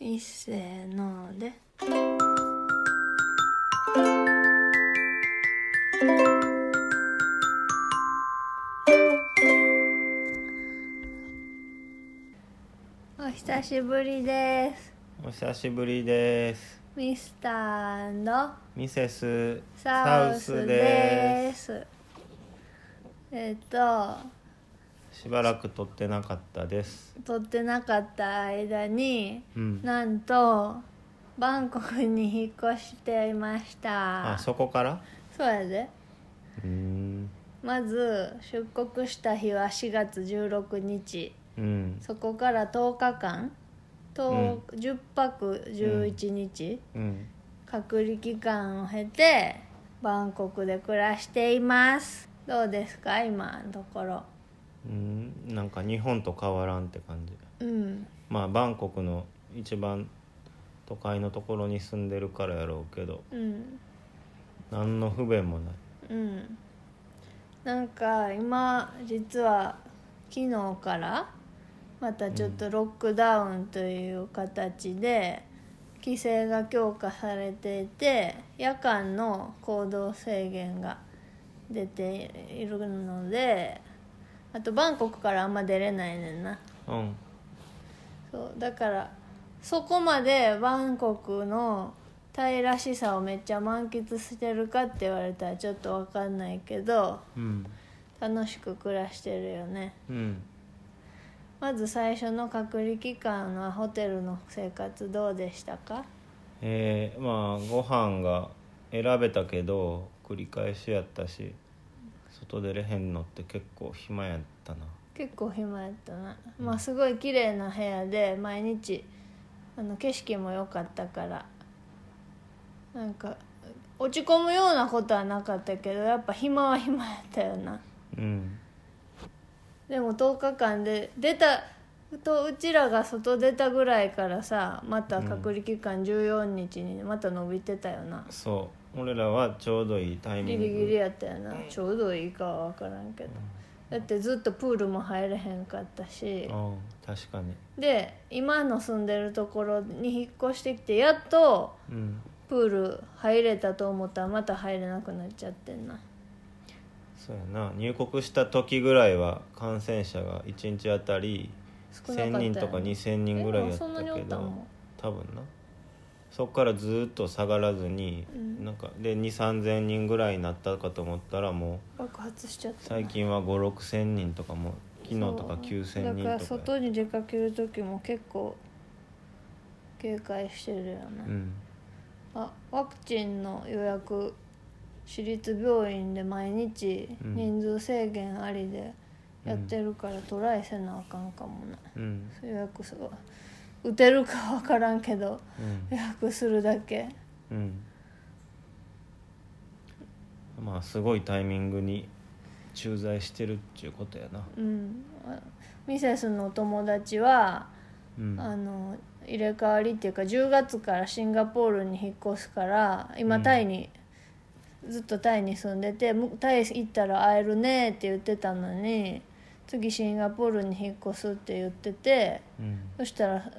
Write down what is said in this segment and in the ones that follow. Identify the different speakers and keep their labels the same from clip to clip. Speaker 1: いっせーのでお久しぶりです
Speaker 2: お久しぶりです
Speaker 1: ミスターの
Speaker 2: ミセス
Speaker 1: サウスですえっと
Speaker 2: すしばらく撮ってなかったです
Speaker 1: 撮ってなかった間に
Speaker 2: うん
Speaker 1: なんとバンコクに引っ越していました
Speaker 2: あそこから
Speaker 1: そうやで
Speaker 2: うーん
Speaker 1: まず出国した日は4月16日
Speaker 2: うん
Speaker 1: そこから10日間と、10泊11日、
Speaker 2: うん
Speaker 1: 隔離期間を経てバンコクで暮らしていますどうですか今のところ
Speaker 2: うんなんか日本と変わらんって感じ
Speaker 1: うん
Speaker 2: まあバンコクの一番都会のところに住んでるからやろうけど
Speaker 1: うん
Speaker 2: 何の不便もない
Speaker 1: うんなんか今実は昨日からまたちょっとロックダウンという形で規制が強化されていて夜間の行動制限が出ているのであとバンコクからあんま出れないねんな
Speaker 2: うん
Speaker 1: そうだからそこまでバンコクのタイらしさをめっちゃ満喫してるかって言われたらちょっとわかんないけど
Speaker 2: うん
Speaker 1: 楽しく暮らしてるよね
Speaker 2: うん
Speaker 1: まず最初の隔離期間はホテルの生活どうでしたか
Speaker 2: えー、まあご飯が選べたけど繰り返しやったし外出れへんのって結構暇やったな
Speaker 1: 結構暇やったな、まあすごい綺麗な部屋で毎日あの景色も良かったからなんか落ち込むようなことはなかったけどやっぱ暇は暇やったよな
Speaker 2: うん
Speaker 1: でも10日間で出たとうちらが外出たぐらいからさまた隔離期間14日にまた伸びてたよな、
Speaker 2: そう俺らはちょうどいいタイミ
Speaker 1: ギ
Speaker 2: ング
Speaker 1: リギリやったよな、ちょうどいいかは分からんけど、だってずっとプールも入れへんかったし、
Speaker 2: うん確かに
Speaker 1: で今の住んでるところに引っ越してきてやっと
Speaker 2: うん
Speaker 1: プール入れたと思ったらまた入れなくなっちゃってんな
Speaker 2: そうやな入国した時ぐらいは感染者が1日あたり
Speaker 1: 少なかったよ
Speaker 2: 1000
Speaker 1: ね
Speaker 2: 人とか2000人ぐらいやった
Speaker 1: えでもそんなに
Speaker 2: け
Speaker 1: おった
Speaker 2: ど
Speaker 1: の
Speaker 2: 多分なそっからずっと下がらずに、
Speaker 1: うん
Speaker 2: なんかで2 3 0 0 0人ぐらいになったかと思ったらもう
Speaker 1: 爆発しちゃったな
Speaker 2: 最近は5 6 0 0 0人とかも昨日とか
Speaker 1: そう
Speaker 2: 9 0 0
Speaker 1: だ
Speaker 2: 0
Speaker 1: から
Speaker 2: 人とか
Speaker 1: 外に出かける時も結構警戒してるよね、
Speaker 2: うん
Speaker 1: あワクチンの予約私立病院で毎日
Speaker 2: うん
Speaker 1: 人数制限ありでやってるからトライせなあかんかもな、
Speaker 2: うん
Speaker 1: 予約す打てるか分からんけど
Speaker 2: うん
Speaker 1: 予約するだけ
Speaker 2: うんまあすごいタイミングに駐在してるっちゅうことやな
Speaker 1: うんあミセスのお友達は
Speaker 2: うん
Speaker 1: あの入れ替わりっていうか10月からシンガポールに引っ越すから今
Speaker 2: うん
Speaker 1: タイに、ずっとタイに住んでてむタイ行ったら会えるねって言ってたのに次シンガポールに引っ越すって言ってて
Speaker 2: うん
Speaker 1: そしたら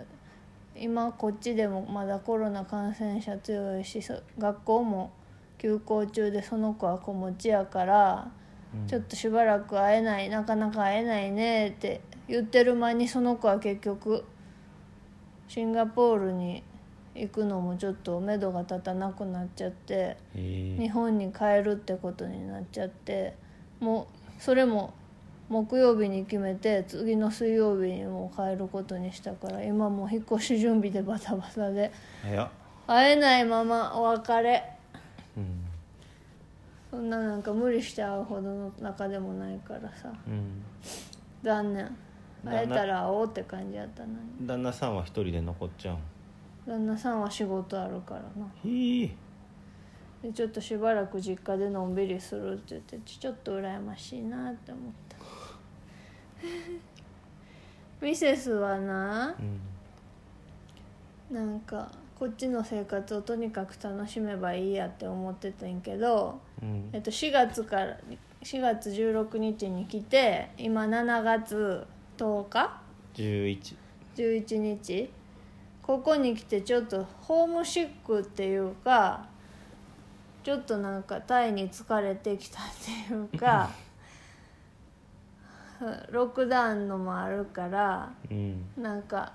Speaker 1: 今こっちでもまだコロナ感染者強いしそ学校も休校中でその子は子持ちやから
Speaker 2: うん
Speaker 1: ちょっとしばらく会えないなかなか会えないねって言ってる間にその子は結局シンガポールに行くのもちょっと目処が立たなくなっちゃって
Speaker 2: へえ
Speaker 1: 日本に帰るってことになっちゃってもうそれも木曜日に決めて次の水曜日にもう帰ることにしたから今もう引っ越し準備でバタバタで
Speaker 2: 早っ、
Speaker 1: 会えないままお別れ
Speaker 2: うん
Speaker 1: そんななんか無理して会うほどの中でもないからさ。
Speaker 2: うん、
Speaker 1: 残念
Speaker 2: 旦那
Speaker 1: 会えたら会おうって感じやったのに
Speaker 2: 旦那さんは一人で残っちゃうん
Speaker 1: 旦那さんは仕事あるからな
Speaker 2: へえ
Speaker 1: でちょっとしばらく実家でのんびりするって言っててちょっと羨ましいなって思った ミセスはな
Speaker 2: うん
Speaker 1: なんかこっちの生活をとにかく楽しめばいいやって思ってたんやけど、
Speaker 2: うん
Speaker 1: えっと、4月から4月16日に来て今7月10日
Speaker 2: 11
Speaker 1: 11日9ここに来てちょっとホームシックっていうかちょっとなんかタイに疲れてきたっていうか ロックダウンのもあるから
Speaker 2: うん
Speaker 1: なんか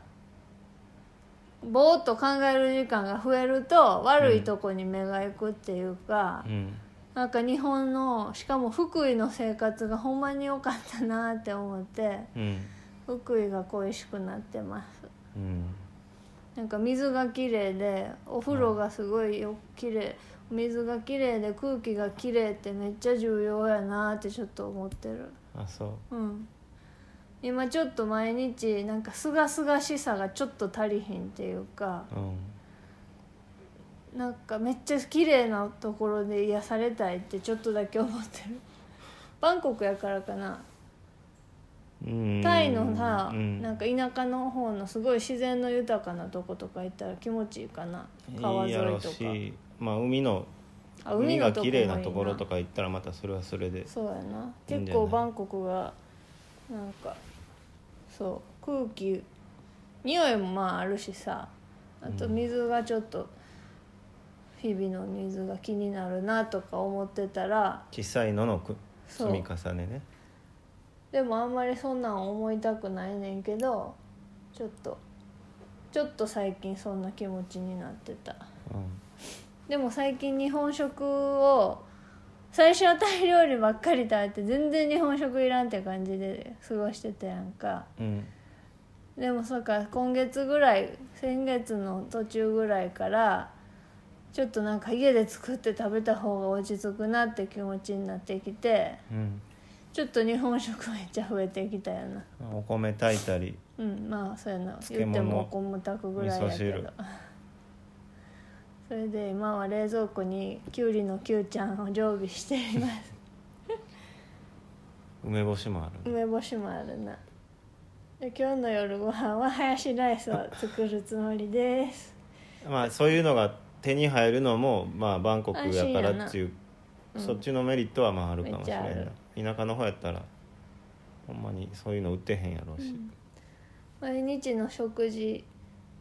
Speaker 1: ぼーっと考える時間が増えると悪いとこに目が行くっていうか、
Speaker 2: うん
Speaker 1: なんか日本のしかも福井の生活がほんまに良かったなって思って
Speaker 2: うん
Speaker 1: 福井が恋しくなってます
Speaker 2: うん
Speaker 1: なんか水が綺麗でお風呂がすごいよ綺麗水が綺麗で空気が綺麗ってめっちゃ重要やなってちょっと思ってる
Speaker 2: あそう
Speaker 1: うん今ちょっと毎日なんかすがすがしさがちょっと足りひんっていうか
Speaker 2: うん
Speaker 1: なんかめっちゃ綺麗なところで癒されたいってちょっとだけ思ってるバンコクやからかな
Speaker 2: うん
Speaker 1: タイのさ、
Speaker 2: うん
Speaker 1: なんか田舎の方のすごい自然の豊かなとことか行ったら気持ちいいかな川沿い
Speaker 2: やろう
Speaker 1: とか
Speaker 2: しまあ海の
Speaker 1: あ
Speaker 2: 海が
Speaker 1: とこ
Speaker 2: 綺麗なところと
Speaker 1: か
Speaker 2: か行ったらまたそれはそれで
Speaker 1: そうやない
Speaker 2: いんじゃない
Speaker 1: 結構バンコクがなんかそう空気匂いもまああるしさあと
Speaker 2: うん
Speaker 1: 水がちょっと、日々の水が気になるなとか思ってたら
Speaker 2: 小さいののく
Speaker 1: そ
Speaker 2: 積
Speaker 1: う
Speaker 2: み重ねね
Speaker 1: でもあんまりそんなん思いたくないねんけどちょっとちょっと最近そんな気持ちになってた
Speaker 2: う
Speaker 1: でも最近日本食を最初はタイ料理ばっかり食べて全然日本食いらんって感じで過ごしてたやんか
Speaker 2: んうん
Speaker 1: でもそうか今月ぐらい先月の途中ぐらいからちょっとなんか家で作って食べた方が落ち着くなって気持ちになってきて
Speaker 2: うん
Speaker 1: ちょっと日本食めっちゃ増えてきたよな
Speaker 2: お米炊いたり
Speaker 1: うんまあそうやな
Speaker 2: 漬
Speaker 1: 言っ
Speaker 2: 物
Speaker 1: てもお米炊くぐらいやけ
Speaker 2: 味噌
Speaker 1: ど
Speaker 2: 汁
Speaker 1: それで今は冷蔵庫にきゅうりのきゅうちゃんを常備しています
Speaker 2: 梅干しもあるね
Speaker 1: 梅干しもあるなで今日の夜ご飯はハヤシライスを作るつもりです
Speaker 2: まあそういうのが手に入るのもまあバンコクやからっていう
Speaker 1: 安心やなうん
Speaker 2: そっちのメリットはまああるかもしれ
Speaker 1: めっち
Speaker 2: んな田舎の方やったらほんまにそういうの売ってへんやろうし
Speaker 1: 毎日の食事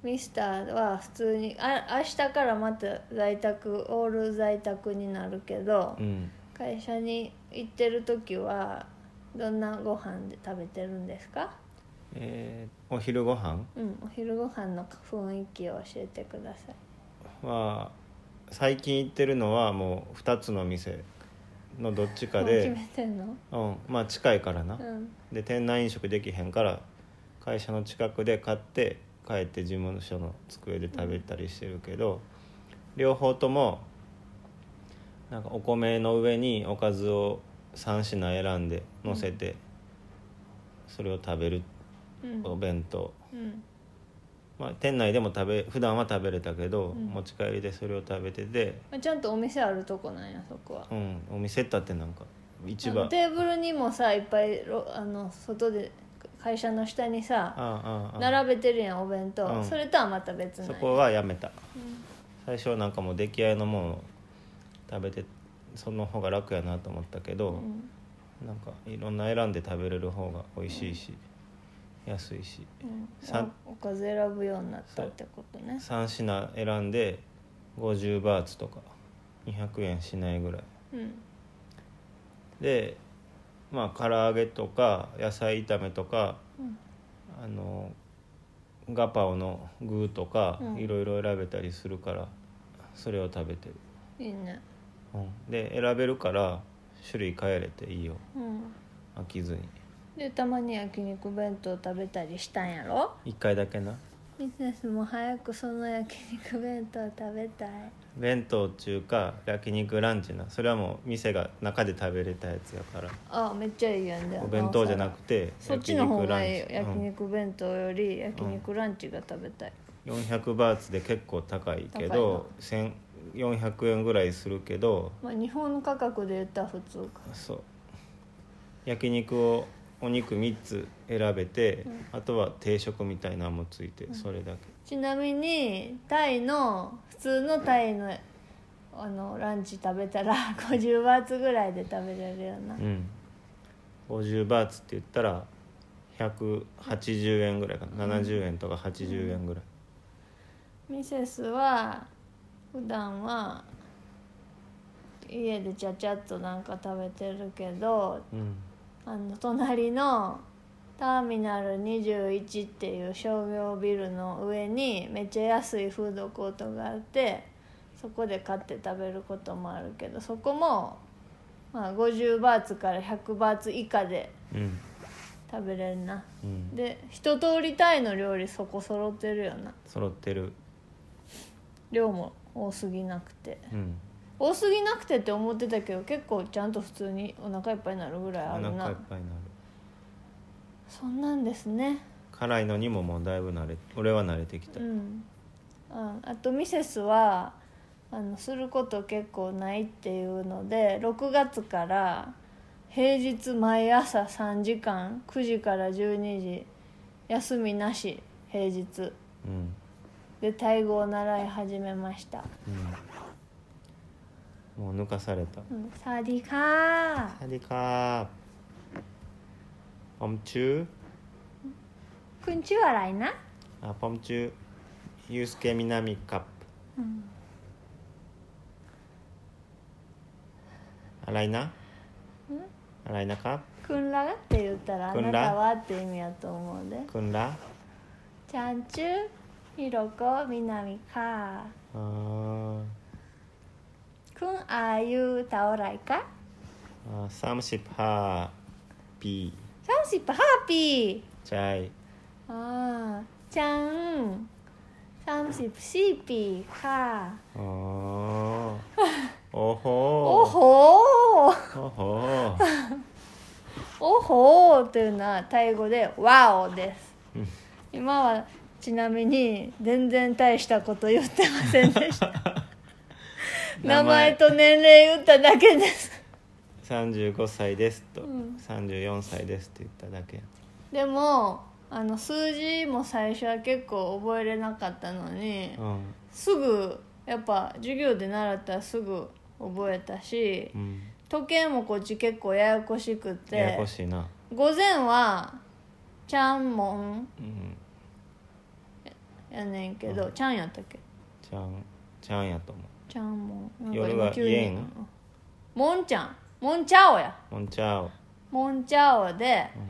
Speaker 1: ミスターは普通にあ明日からまた在宅オール在宅になるけど、
Speaker 2: うん
Speaker 1: 会社に行ってる時はどんなご飯で食べてるんですか
Speaker 2: えーお昼ご飯
Speaker 1: うん、お昼ご飯の雰囲気を教えてください。
Speaker 2: は最近行ってるのはもう2つの店のどっちか
Speaker 1: もう決
Speaker 2: で
Speaker 1: めてんの？
Speaker 2: うんまあ近いからな
Speaker 1: うん。
Speaker 2: で店内飲食できへんから会社の近くで買って帰って事務所の机で食べたりしてるけど、両方ともなんかお米の上におかずを3品選んで乗せて、それを食べる
Speaker 1: うん。
Speaker 2: お弁当、
Speaker 1: うん。
Speaker 2: まあ、店内でも食べ普段は食べれたけど、
Speaker 1: うん
Speaker 2: 持ち帰りでそれを食べてて、
Speaker 1: まあちゃんとお店あるとこなんやそこは
Speaker 2: う。ん、お店ったってなんか市
Speaker 1: あ
Speaker 2: 場
Speaker 1: のテーブルにもさいっぱいろあの外で会社の下にさ
Speaker 2: ああああ
Speaker 1: 並べてるやんお弁当、
Speaker 2: うん
Speaker 1: それとはまた別なん
Speaker 2: そ
Speaker 1: や
Speaker 2: こはやめた。
Speaker 1: う
Speaker 2: 最初はなんかもう出来合いのものを食べてその方が楽やなと思ったけ
Speaker 1: ん
Speaker 2: ど
Speaker 1: う、ん
Speaker 2: なんかいろんな選んで食べれる方が美味しいし、安いし
Speaker 1: うん
Speaker 2: さん
Speaker 1: おおかず選ぶようになったってことね。
Speaker 2: 3品選んで50バーツとか200円しないぐらい
Speaker 1: うん。
Speaker 2: でまあ唐揚げとか野菜炒めとか
Speaker 1: うん。
Speaker 2: あのガパオの具とか、
Speaker 1: うん
Speaker 2: いろいろ選べたりするからそれを食べてる、
Speaker 1: いいね。
Speaker 2: うん、で選べるから種類変えれていいよ
Speaker 1: うん。
Speaker 2: 飽きずに
Speaker 1: でたまに焼肉弁当食べたりしたんやろ？
Speaker 2: 1回だけな
Speaker 1: ミセスも早くその焼肉弁当食べたい
Speaker 2: 弁当中華焼肉ランチなそれはもう店が中で食べれたやつやから
Speaker 1: あめっちゃいいやんだよ
Speaker 2: お弁当じゃなくて
Speaker 1: そっちの方がいいよ
Speaker 2: 焼
Speaker 1: 焼
Speaker 2: 肉
Speaker 1: 肉弁当より焼肉ランチが食べたい、
Speaker 2: ランチ、うん400バーツで結構高いけど1400円ぐらいするけど
Speaker 1: まあ、日本価格で言ったら普通か
Speaker 2: そう焼肉をお肉3つ選べて、
Speaker 1: うん
Speaker 2: あとは定食みたいなのもついて、それだけ
Speaker 1: ちなみにタイの普通のタイのあのランチ食べたら 50バーツぐらいで食べられるよな、
Speaker 2: うん50バーツって言ったら180円ぐらいかな、70円とか80円ぐらい
Speaker 1: ミセスは普段は家でちゃちゃっとなんか食べてるけど
Speaker 2: うん
Speaker 1: あの隣のターミナル21っていう商業ビルの上にめっちゃ安いフードコートがあってそこで買って食べることもあるけどそこも、まあ、50バーツから100バーツ以下で
Speaker 2: うん
Speaker 1: 食べれるな
Speaker 2: うん
Speaker 1: で一通りタイの料理そこ揃ってるよな
Speaker 2: 揃ってる
Speaker 1: 量も多すぎなくて
Speaker 2: うん
Speaker 1: 多すぎなくてって思ってたけど結構ちゃんと普通にお腹いっぱいになるぐらい
Speaker 2: お
Speaker 1: あ
Speaker 2: 腹い
Speaker 1: る
Speaker 2: っぱい
Speaker 1: な
Speaker 2: になる
Speaker 1: そんなんですね
Speaker 2: 辛いのにももうだいぶ慣れ俺は慣れてきた、
Speaker 1: うんああとミセスはあのすること結構ないっていうので6月から平日毎朝3時間9時から12時休みなし平日
Speaker 2: うん
Speaker 1: でタイ語を習い始めました、
Speaker 2: うん、もう抜かされた
Speaker 1: うん、サワディーカー
Speaker 2: サディカーポムチュー
Speaker 1: くんちはらいな、
Speaker 2: あポムチューユースケミナミカップ
Speaker 1: うん、
Speaker 2: アライナアライナカッ
Speaker 1: くんらって言ったらあ
Speaker 2: くんら
Speaker 1: なたはって意味やと思うで
Speaker 2: プクンラ
Speaker 1: ちゃんちゅうひろこみなみか
Speaker 2: あー
Speaker 1: くんあいうたおらいか
Speaker 2: あーサムシップハーピ
Speaker 1: サムシップハッピー
Speaker 2: ーチャイ
Speaker 1: あーちゃんサムシップシーピーか
Speaker 2: あーお
Speaker 1: お
Speaker 2: ほー
Speaker 1: ほー
Speaker 2: おほ
Speaker 1: おほーというのはタイ語で「ワオ」です
Speaker 2: うん
Speaker 1: 今はちなみに全然大したこと言ってませんでした 名前と年齢言っただけです
Speaker 2: 35歳ですと、
Speaker 1: うん
Speaker 2: 34歳ですって言っただけや
Speaker 1: でもあの数字も最初は結構覚えれなかったのに
Speaker 2: うん
Speaker 1: すぐやっぱ授業で習ったらすぐ覚えたし
Speaker 2: うん
Speaker 1: 時計もこっち結構ややこしくて
Speaker 2: ややこしいな
Speaker 1: 午前は「ちゃんもん
Speaker 2: うん」
Speaker 1: やねんけど「
Speaker 2: う
Speaker 1: ちゃん」やったっけ
Speaker 2: ちゃんちゃんやと思
Speaker 1: 「ちゃんもん」なんか
Speaker 2: 夜は
Speaker 1: 今急に
Speaker 2: 言えん
Speaker 1: もんちゃん」「もんちゃお」や
Speaker 2: うモンチャオ
Speaker 1: 「もんちゃお」で
Speaker 2: うん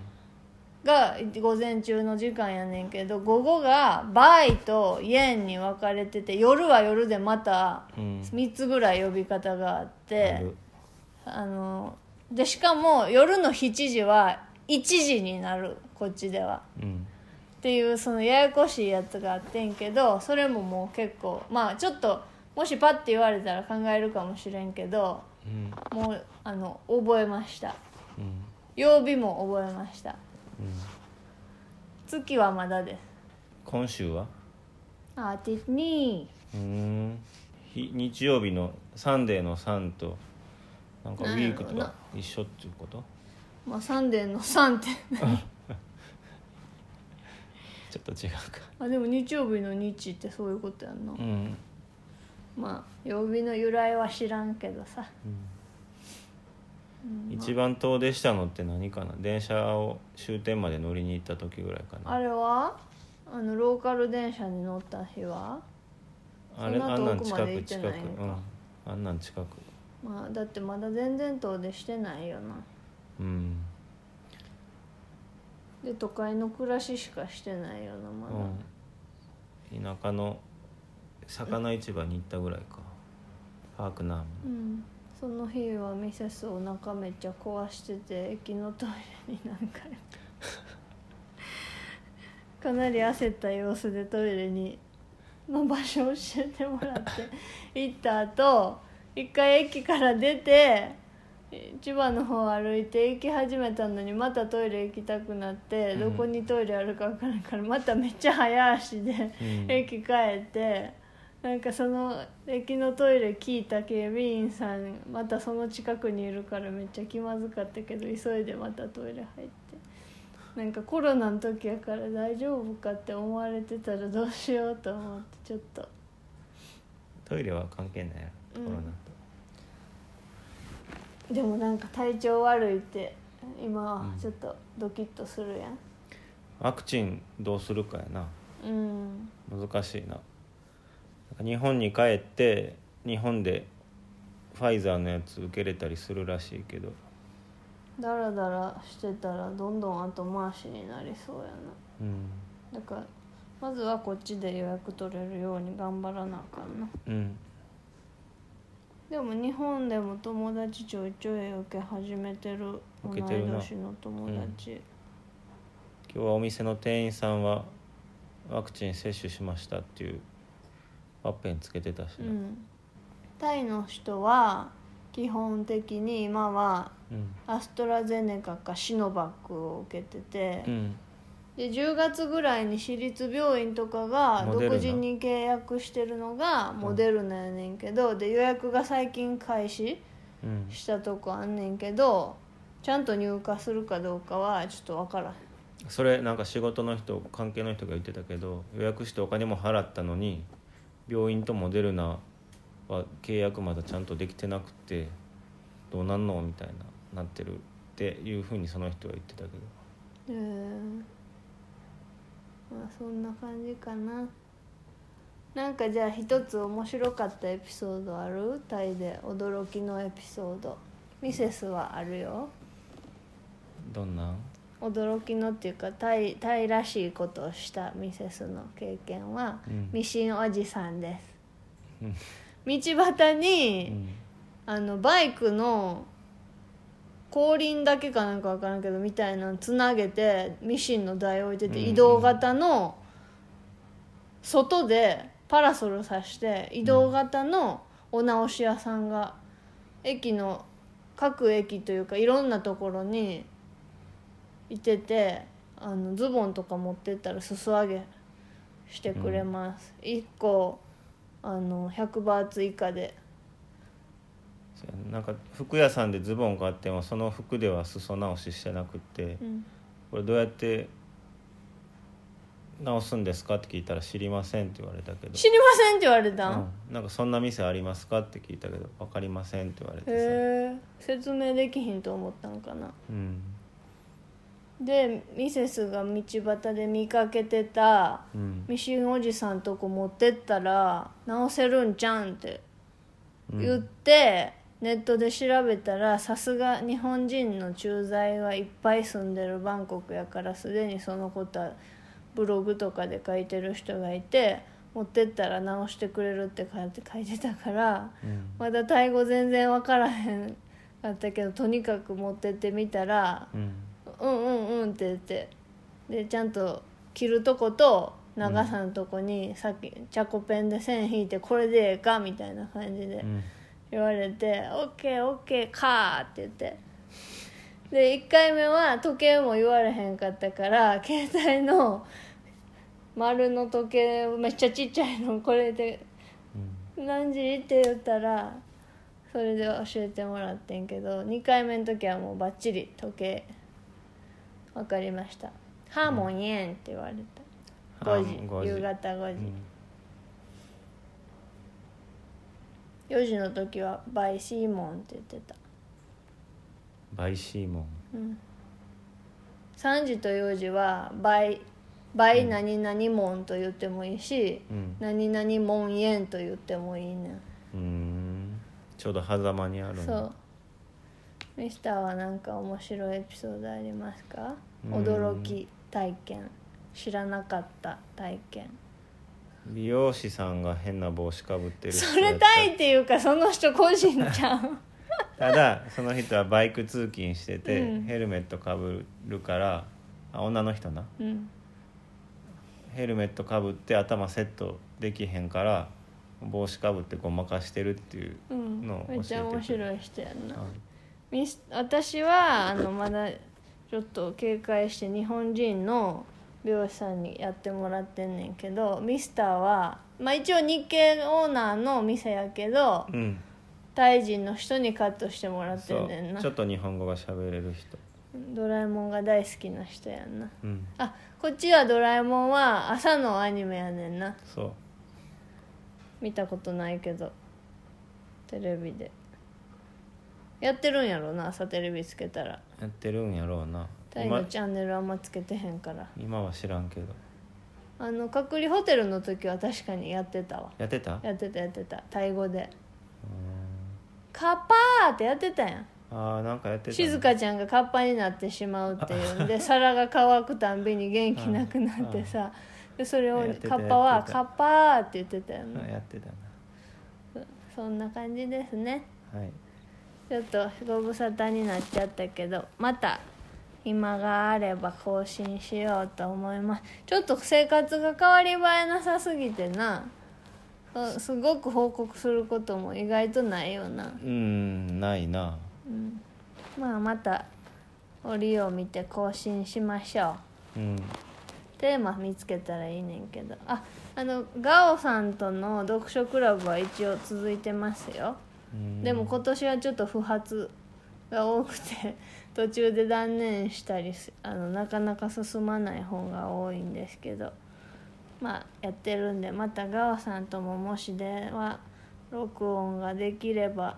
Speaker 1: が午前中の時間やねんけど午後が「バイ」と「イエン」に分かれてて夜は夜でまた
Speaker 2: うん
Speaker 1: 3つぐらい呼び方があっ
Speaker 2: あ
Speaker 1: て
Speaker 2: る
Speaker 1: あのでしかも夜の7時は1時になるこっちでは。
Speaker 2: うん
Speaker 1: っていうそのややこしいやつがあってんけどそれももう結構まあちょっともしパッて言われたら考えるかもしれんけど
Speaker 2: うん
Speaker 1: もうあの覚えました
Speaker 2: うん
Speaker 1: 曜日も覚えました
Speaker 2: うん
Speaker 1: 月はまだです
Speaker 2: 今週は
Speaker 1: あーティニ
Speaker 2: うーんひ日曜日のサンデーの3となんかウィークとか一緒っていうこと
Speaker 1: ーまあサンデーの3って
Speaker 2: ちょっと違うか
Speaker 1: あでも日曜日の日ってそういうことやんな、
Speaker 2: うん、
Speaker 1: まあ曜日の由来は知らんけどさ
Speaker 2: うん、一番遠出したのって何かな電車を終点まで乗りに行った時ぐらいかな
Speaker 1: あれはあのローカル電車に乗った日は
Speaker 2: あれ
Speaker 1: そんな
Speaker 2: あんなん
Speaker 1: 遠く
Speaker 2: 近
Speaker 1: まで
Speaker 2: く
Speaker 1: 行って
Speaker 2: 近く、
Speaker 1: な
Speaker 2: う
Speaker 1: いのか
Speaker 2: ん、あんなん近く
Speaker 1: まあだってまだ全然遠出してないよな
Speaker 2: うん、
Speaker 1: で都会の暮らししかしてないよなまだ、
Speaker 2: うん、田舎の魚市場に行ったぐらいかパークナーム
Speaker 1: うんその日はミセスお腹めっちゃ壊してて駅のトイレに何回もかなり焦った様子でトイレにの場所を教えてもらって 行った後一回駅から出て千葉の方歩いて行き始めたのにまたトイレ行きたくなって、
Speaker 2: うん
Speaker 1: どこにトイレあるか分からんからまためっちゃ早足で。
Speaker 2: うん
Speaker 1: 駅帰ってなんかその駅のトイレ聞いた警備員さんまたその近くにいるからめっちゃ気まずかったけど急いでまたトイレ入ってなんかコロナの時やから大丈夫かって思われてたらどうしようと思ってちょっと
Speaker 2: トイレは関係ないやろコロナと、
Speaker 1: でもなんか体調悪いって今はちょっとドキッとするやん
Speaker 2: ワクチンどうするかやな
Speaker 1: うん
Speaker 2: 難しいななんか日本に帰って日本でファイザーのやつ受けれたりするらしいけど
Speaker 1: ダラダラしてたらどんどん後回しになりそうや
Speaker 2: うん
Speaker 1: なだからまずはこっちで予約取れるように頑張らなあかんな
Speaker 2: うん
Speaker 1: でも日本でも友達ちょいちょい受け始めてる同
Speaker 2: 受
Speaker 1: い
Speaker 2: けてるな
Speaker 1: 年の友達、
Speaker 2: 今日はお店の店員さんはワクチン接種しましたっていうワッペンつけてたし
Speaker 1: う
Speaker 2: な、
Speaker 1: ん、タイの人は基本的に今は
Speaker 2: うん
Speaker 1: アストラゼネカかシノバックを受けてて、
Speaker 2: うん
Speaker 1: で10月ぐらいに私立病院とかが
Speaker 2: モ
Speaker 1: 独
Speaker 2: デルナ
Speaker 1: 自に契約してるのがモデルナやねんけど、で予約が最近開始
Speaker 2: うん
Speaker 1: したとこあんねんけどちゃんと入荷するかどうかはちょっとわからん
Speaker 2: それなんか仕事の人関係の人が言ってたけど予約してお金も払ったのに病院とモデルナは契約まだちゃんとできてなくてどうなんのみたいななってるっていうふうにその人は言ってたけど
Speaker 1: えーまあそんな感じかななんかじゃあ一つ面白かったエピソードあるタイで驚きのエピソードミセスはあるよ
Speaker 2: どんなん
Speaker 1: 驚きのっていうかタイタイらしいことをしたミセスの経験は、
Speaker 2: うん
Speaker 1: ミシンおじさんで
Speaker 2: うん
Speaker 1: す道端に、
Speaker 2: うん
Speaker 1: あのバイクの後輪だけかなんか分からんけどみたいなのつなげてミシンの台置いてて、
Speaker 2: うんうん
Speaker 1: 移動型の外でパラソルさして移動型のお直し屋さんが駅の各駅というかいろんなところにいててあのズボンとか持ってったら裾上げしてくれます、1個あの100バーツ以下で。
Speaker 2: そうやななんか服屋さんでズボン買ってもその服では裾直ししてなくって
Speaker 1: うん
Speaker 2: これどうやって直すんですかって聞いたら知りませんって言われたけど
Speaker 1: 知りませんって言われたん、
Speaker 2: うん、なんかそんな店ありますかって聞いたけど分かりませんって言われてさ、
Speaker 1: へえ説明できひんと思ったんかな
Speaker 2: うん
Speaker 1: でミセスが道端で見かけてた
Speaker 2: うん
Speaker 1: ミシンおじさんとこ持ってったら直せるんちゃうんって
Speaker 2: うん
Speaker 1: 言って、ネットで調べたらさすが日本人の駐在がいっぱい住んでるバンコクやからすでにそのことはブログとかで書いてる人がいて持ってったら直してくれるって書いて書いてたから
Speaker 2: うん
Speaker 1: まだタイ語全然分からへんかったけどとにかく持ってってみたら
Speaker 2: うん
Speaker 1: 「うんうんうん」って言ってでちゃんと着るとこと長さのとこにさっきチャコペンで線引いて「これでええか」みたいな感じで
Speaker 2: うん
Speaker 1: 言われて「オッケーオッケーか」って言ってで1回目は時計も言われへんかったから携帯の丸の時計めっちゃちっちゃいのこれで何時って言ったらそれで教えてもらってんけど2回目の時はもうバッチリ時計分かりました「ハーモンイエン」って言われた、
Speaker 2: う
Speaker 1: 5
Speaker 2: ん
Speaker 1: 時
Speaker 2: 5時
Speaker 1: 夕方5
Speaker 2: う
Speaker 1: 時、
Speaker 2: ん
Speaker 1: 4時の時は「バイシーモン」って言ってた、
Speaker 2: バイシーモン
Speaker 1: うん、3時と4時は「バイ」バイ何々モンと言ってもいいし、
Speaker 2: うん
Speaker 1: 何々モンイエンと言ってもいいねん
Speaker 2: うーんちょうど狭間にあるの
Speaker 1: そうミスターは何か面白いエピソードありますか
Speaker 2: うん
Speaker 1: 驚き体験知らなかった体験
Speaker 2: 美容師さんが変な帽子かぶってる人
Speaker 1: それ
Speaker 2: やった
Speaker 1: タイっていうかその人個人じゃん
Speaker 2: ただその人はバイク通勤してて、
Speaker 1: うん
Speaker 2: ヘルメットかぶるからあ女の人な
Speaker 1: うん
Speaker 2: ヘルメットかぶって頭セットできへんから帽子かぶってごまかしてるっていう
Speaker 1: うん
Speaker 2: のを教えてくれ
Speaker 1: めっちゃ面白い人やんな
Speaker 2: あ
Speaker 1: ミス私はあのまだちょっと警戒して日本人の美容師さんにやってもらってんねんけどミスターはまあ一応日系オーナーの店やけど
Speaker 2: うん
Speaker 1: タイ人の人にカットしてもらって
Speaker 2: そ
Speaker 1: ん
Speaker 2: う
Speaker 1: ねんな
Speaker 2: ちょっと日本語が喋れる人
Speaker 1: ドラえもんが大好きな人やんな
Speaker 2: うん
Speaker 1: あこっちはドラえもんは朝のアニメやねんな
Speaker 2: そう
Speaker 1: 見たことないけどテレビでやってるんやろな朝テレビつけたら
Speaker 2: やってるんやろうな
Speaker 1: タイのチャンネルあんまつけてへんから
Speaker 2: 今今は知らんけど
Speaker 1: あの隔離ホテルの時は確かにやってたわ
Speaker 2: やってた
Speaker 1: やってたやってたタイ語で
Speaker 2: うん
Speaker 1: 「カッパー!」ってやってたやん
Speaker 2: あーなんかやってたね
Speaker 1: 静香ちゃんがカッパになってしまうっていうんで皿が乾くたんびに元気なくなってさでそれを
Speaker 2: やってた
Speaker 1: カッパ
Speaker 2: や
Speaker 1: は「
Speaker 2: ってた
Speaker 1: カッパー!」って言ってたよ
Speaker 2: あ
Speaker 1: ね
Speaker 2: やってた
Speaker 1: そんな感じですね
Speaker 2: なはい
Speaker 1: ちょっとご無沙汰になっちゃったけどまた暇があれば更新しようと思いますちょっと生活が変わり映えなさすぎてなそうすごく報告することも意外とないよな
Speaker 2: うんないな
Speaker 1: うんまあまた折を見て更新しましょう
Speaker 2: うん
Speaker 1: テーマ見つけたらいいねんけどああのガオさんとの読書クラブは一応続いてますよ
Speaker 2: うん
Speaker 1: でも今年はちょっと不発が多くて 途中で断念したりすあのなかなか進まない方が多いんですけどまあやってるんでまたガオさんとももし電話録音ができれば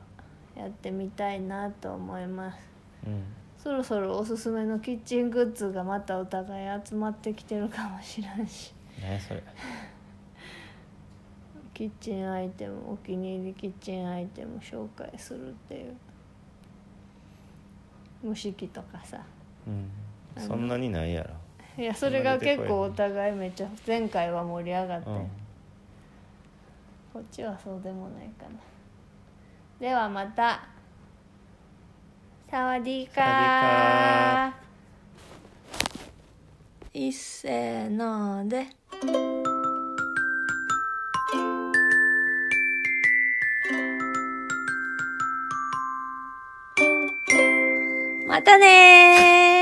Speaker 1: やってみたいなと思います
Speaker 2: うん
Speaker 1: そろそろおすすめのキッチングッズがまたお互い集まってきてるかもしらんし
Speaker 2: ねそれ
Speaker 1: キッチンアイテムお気に入りキッチンアイテム紹介するっていう蒸し器とかさ
Speaker 2: うん
Speaker 1: あの
Speaker 2: そんなにないやろ
Speaker 1: いやそれが結構お互いめっちゃ前回は盛り上がって、
Speaker 2: うん
Speaker 1: こっちはそうでもないかなではまたサワディーカー
Speaker 2: サワディ
Speaker 1: い
Speaker 2: ーカ
Speaker 1: っせーのでまたねー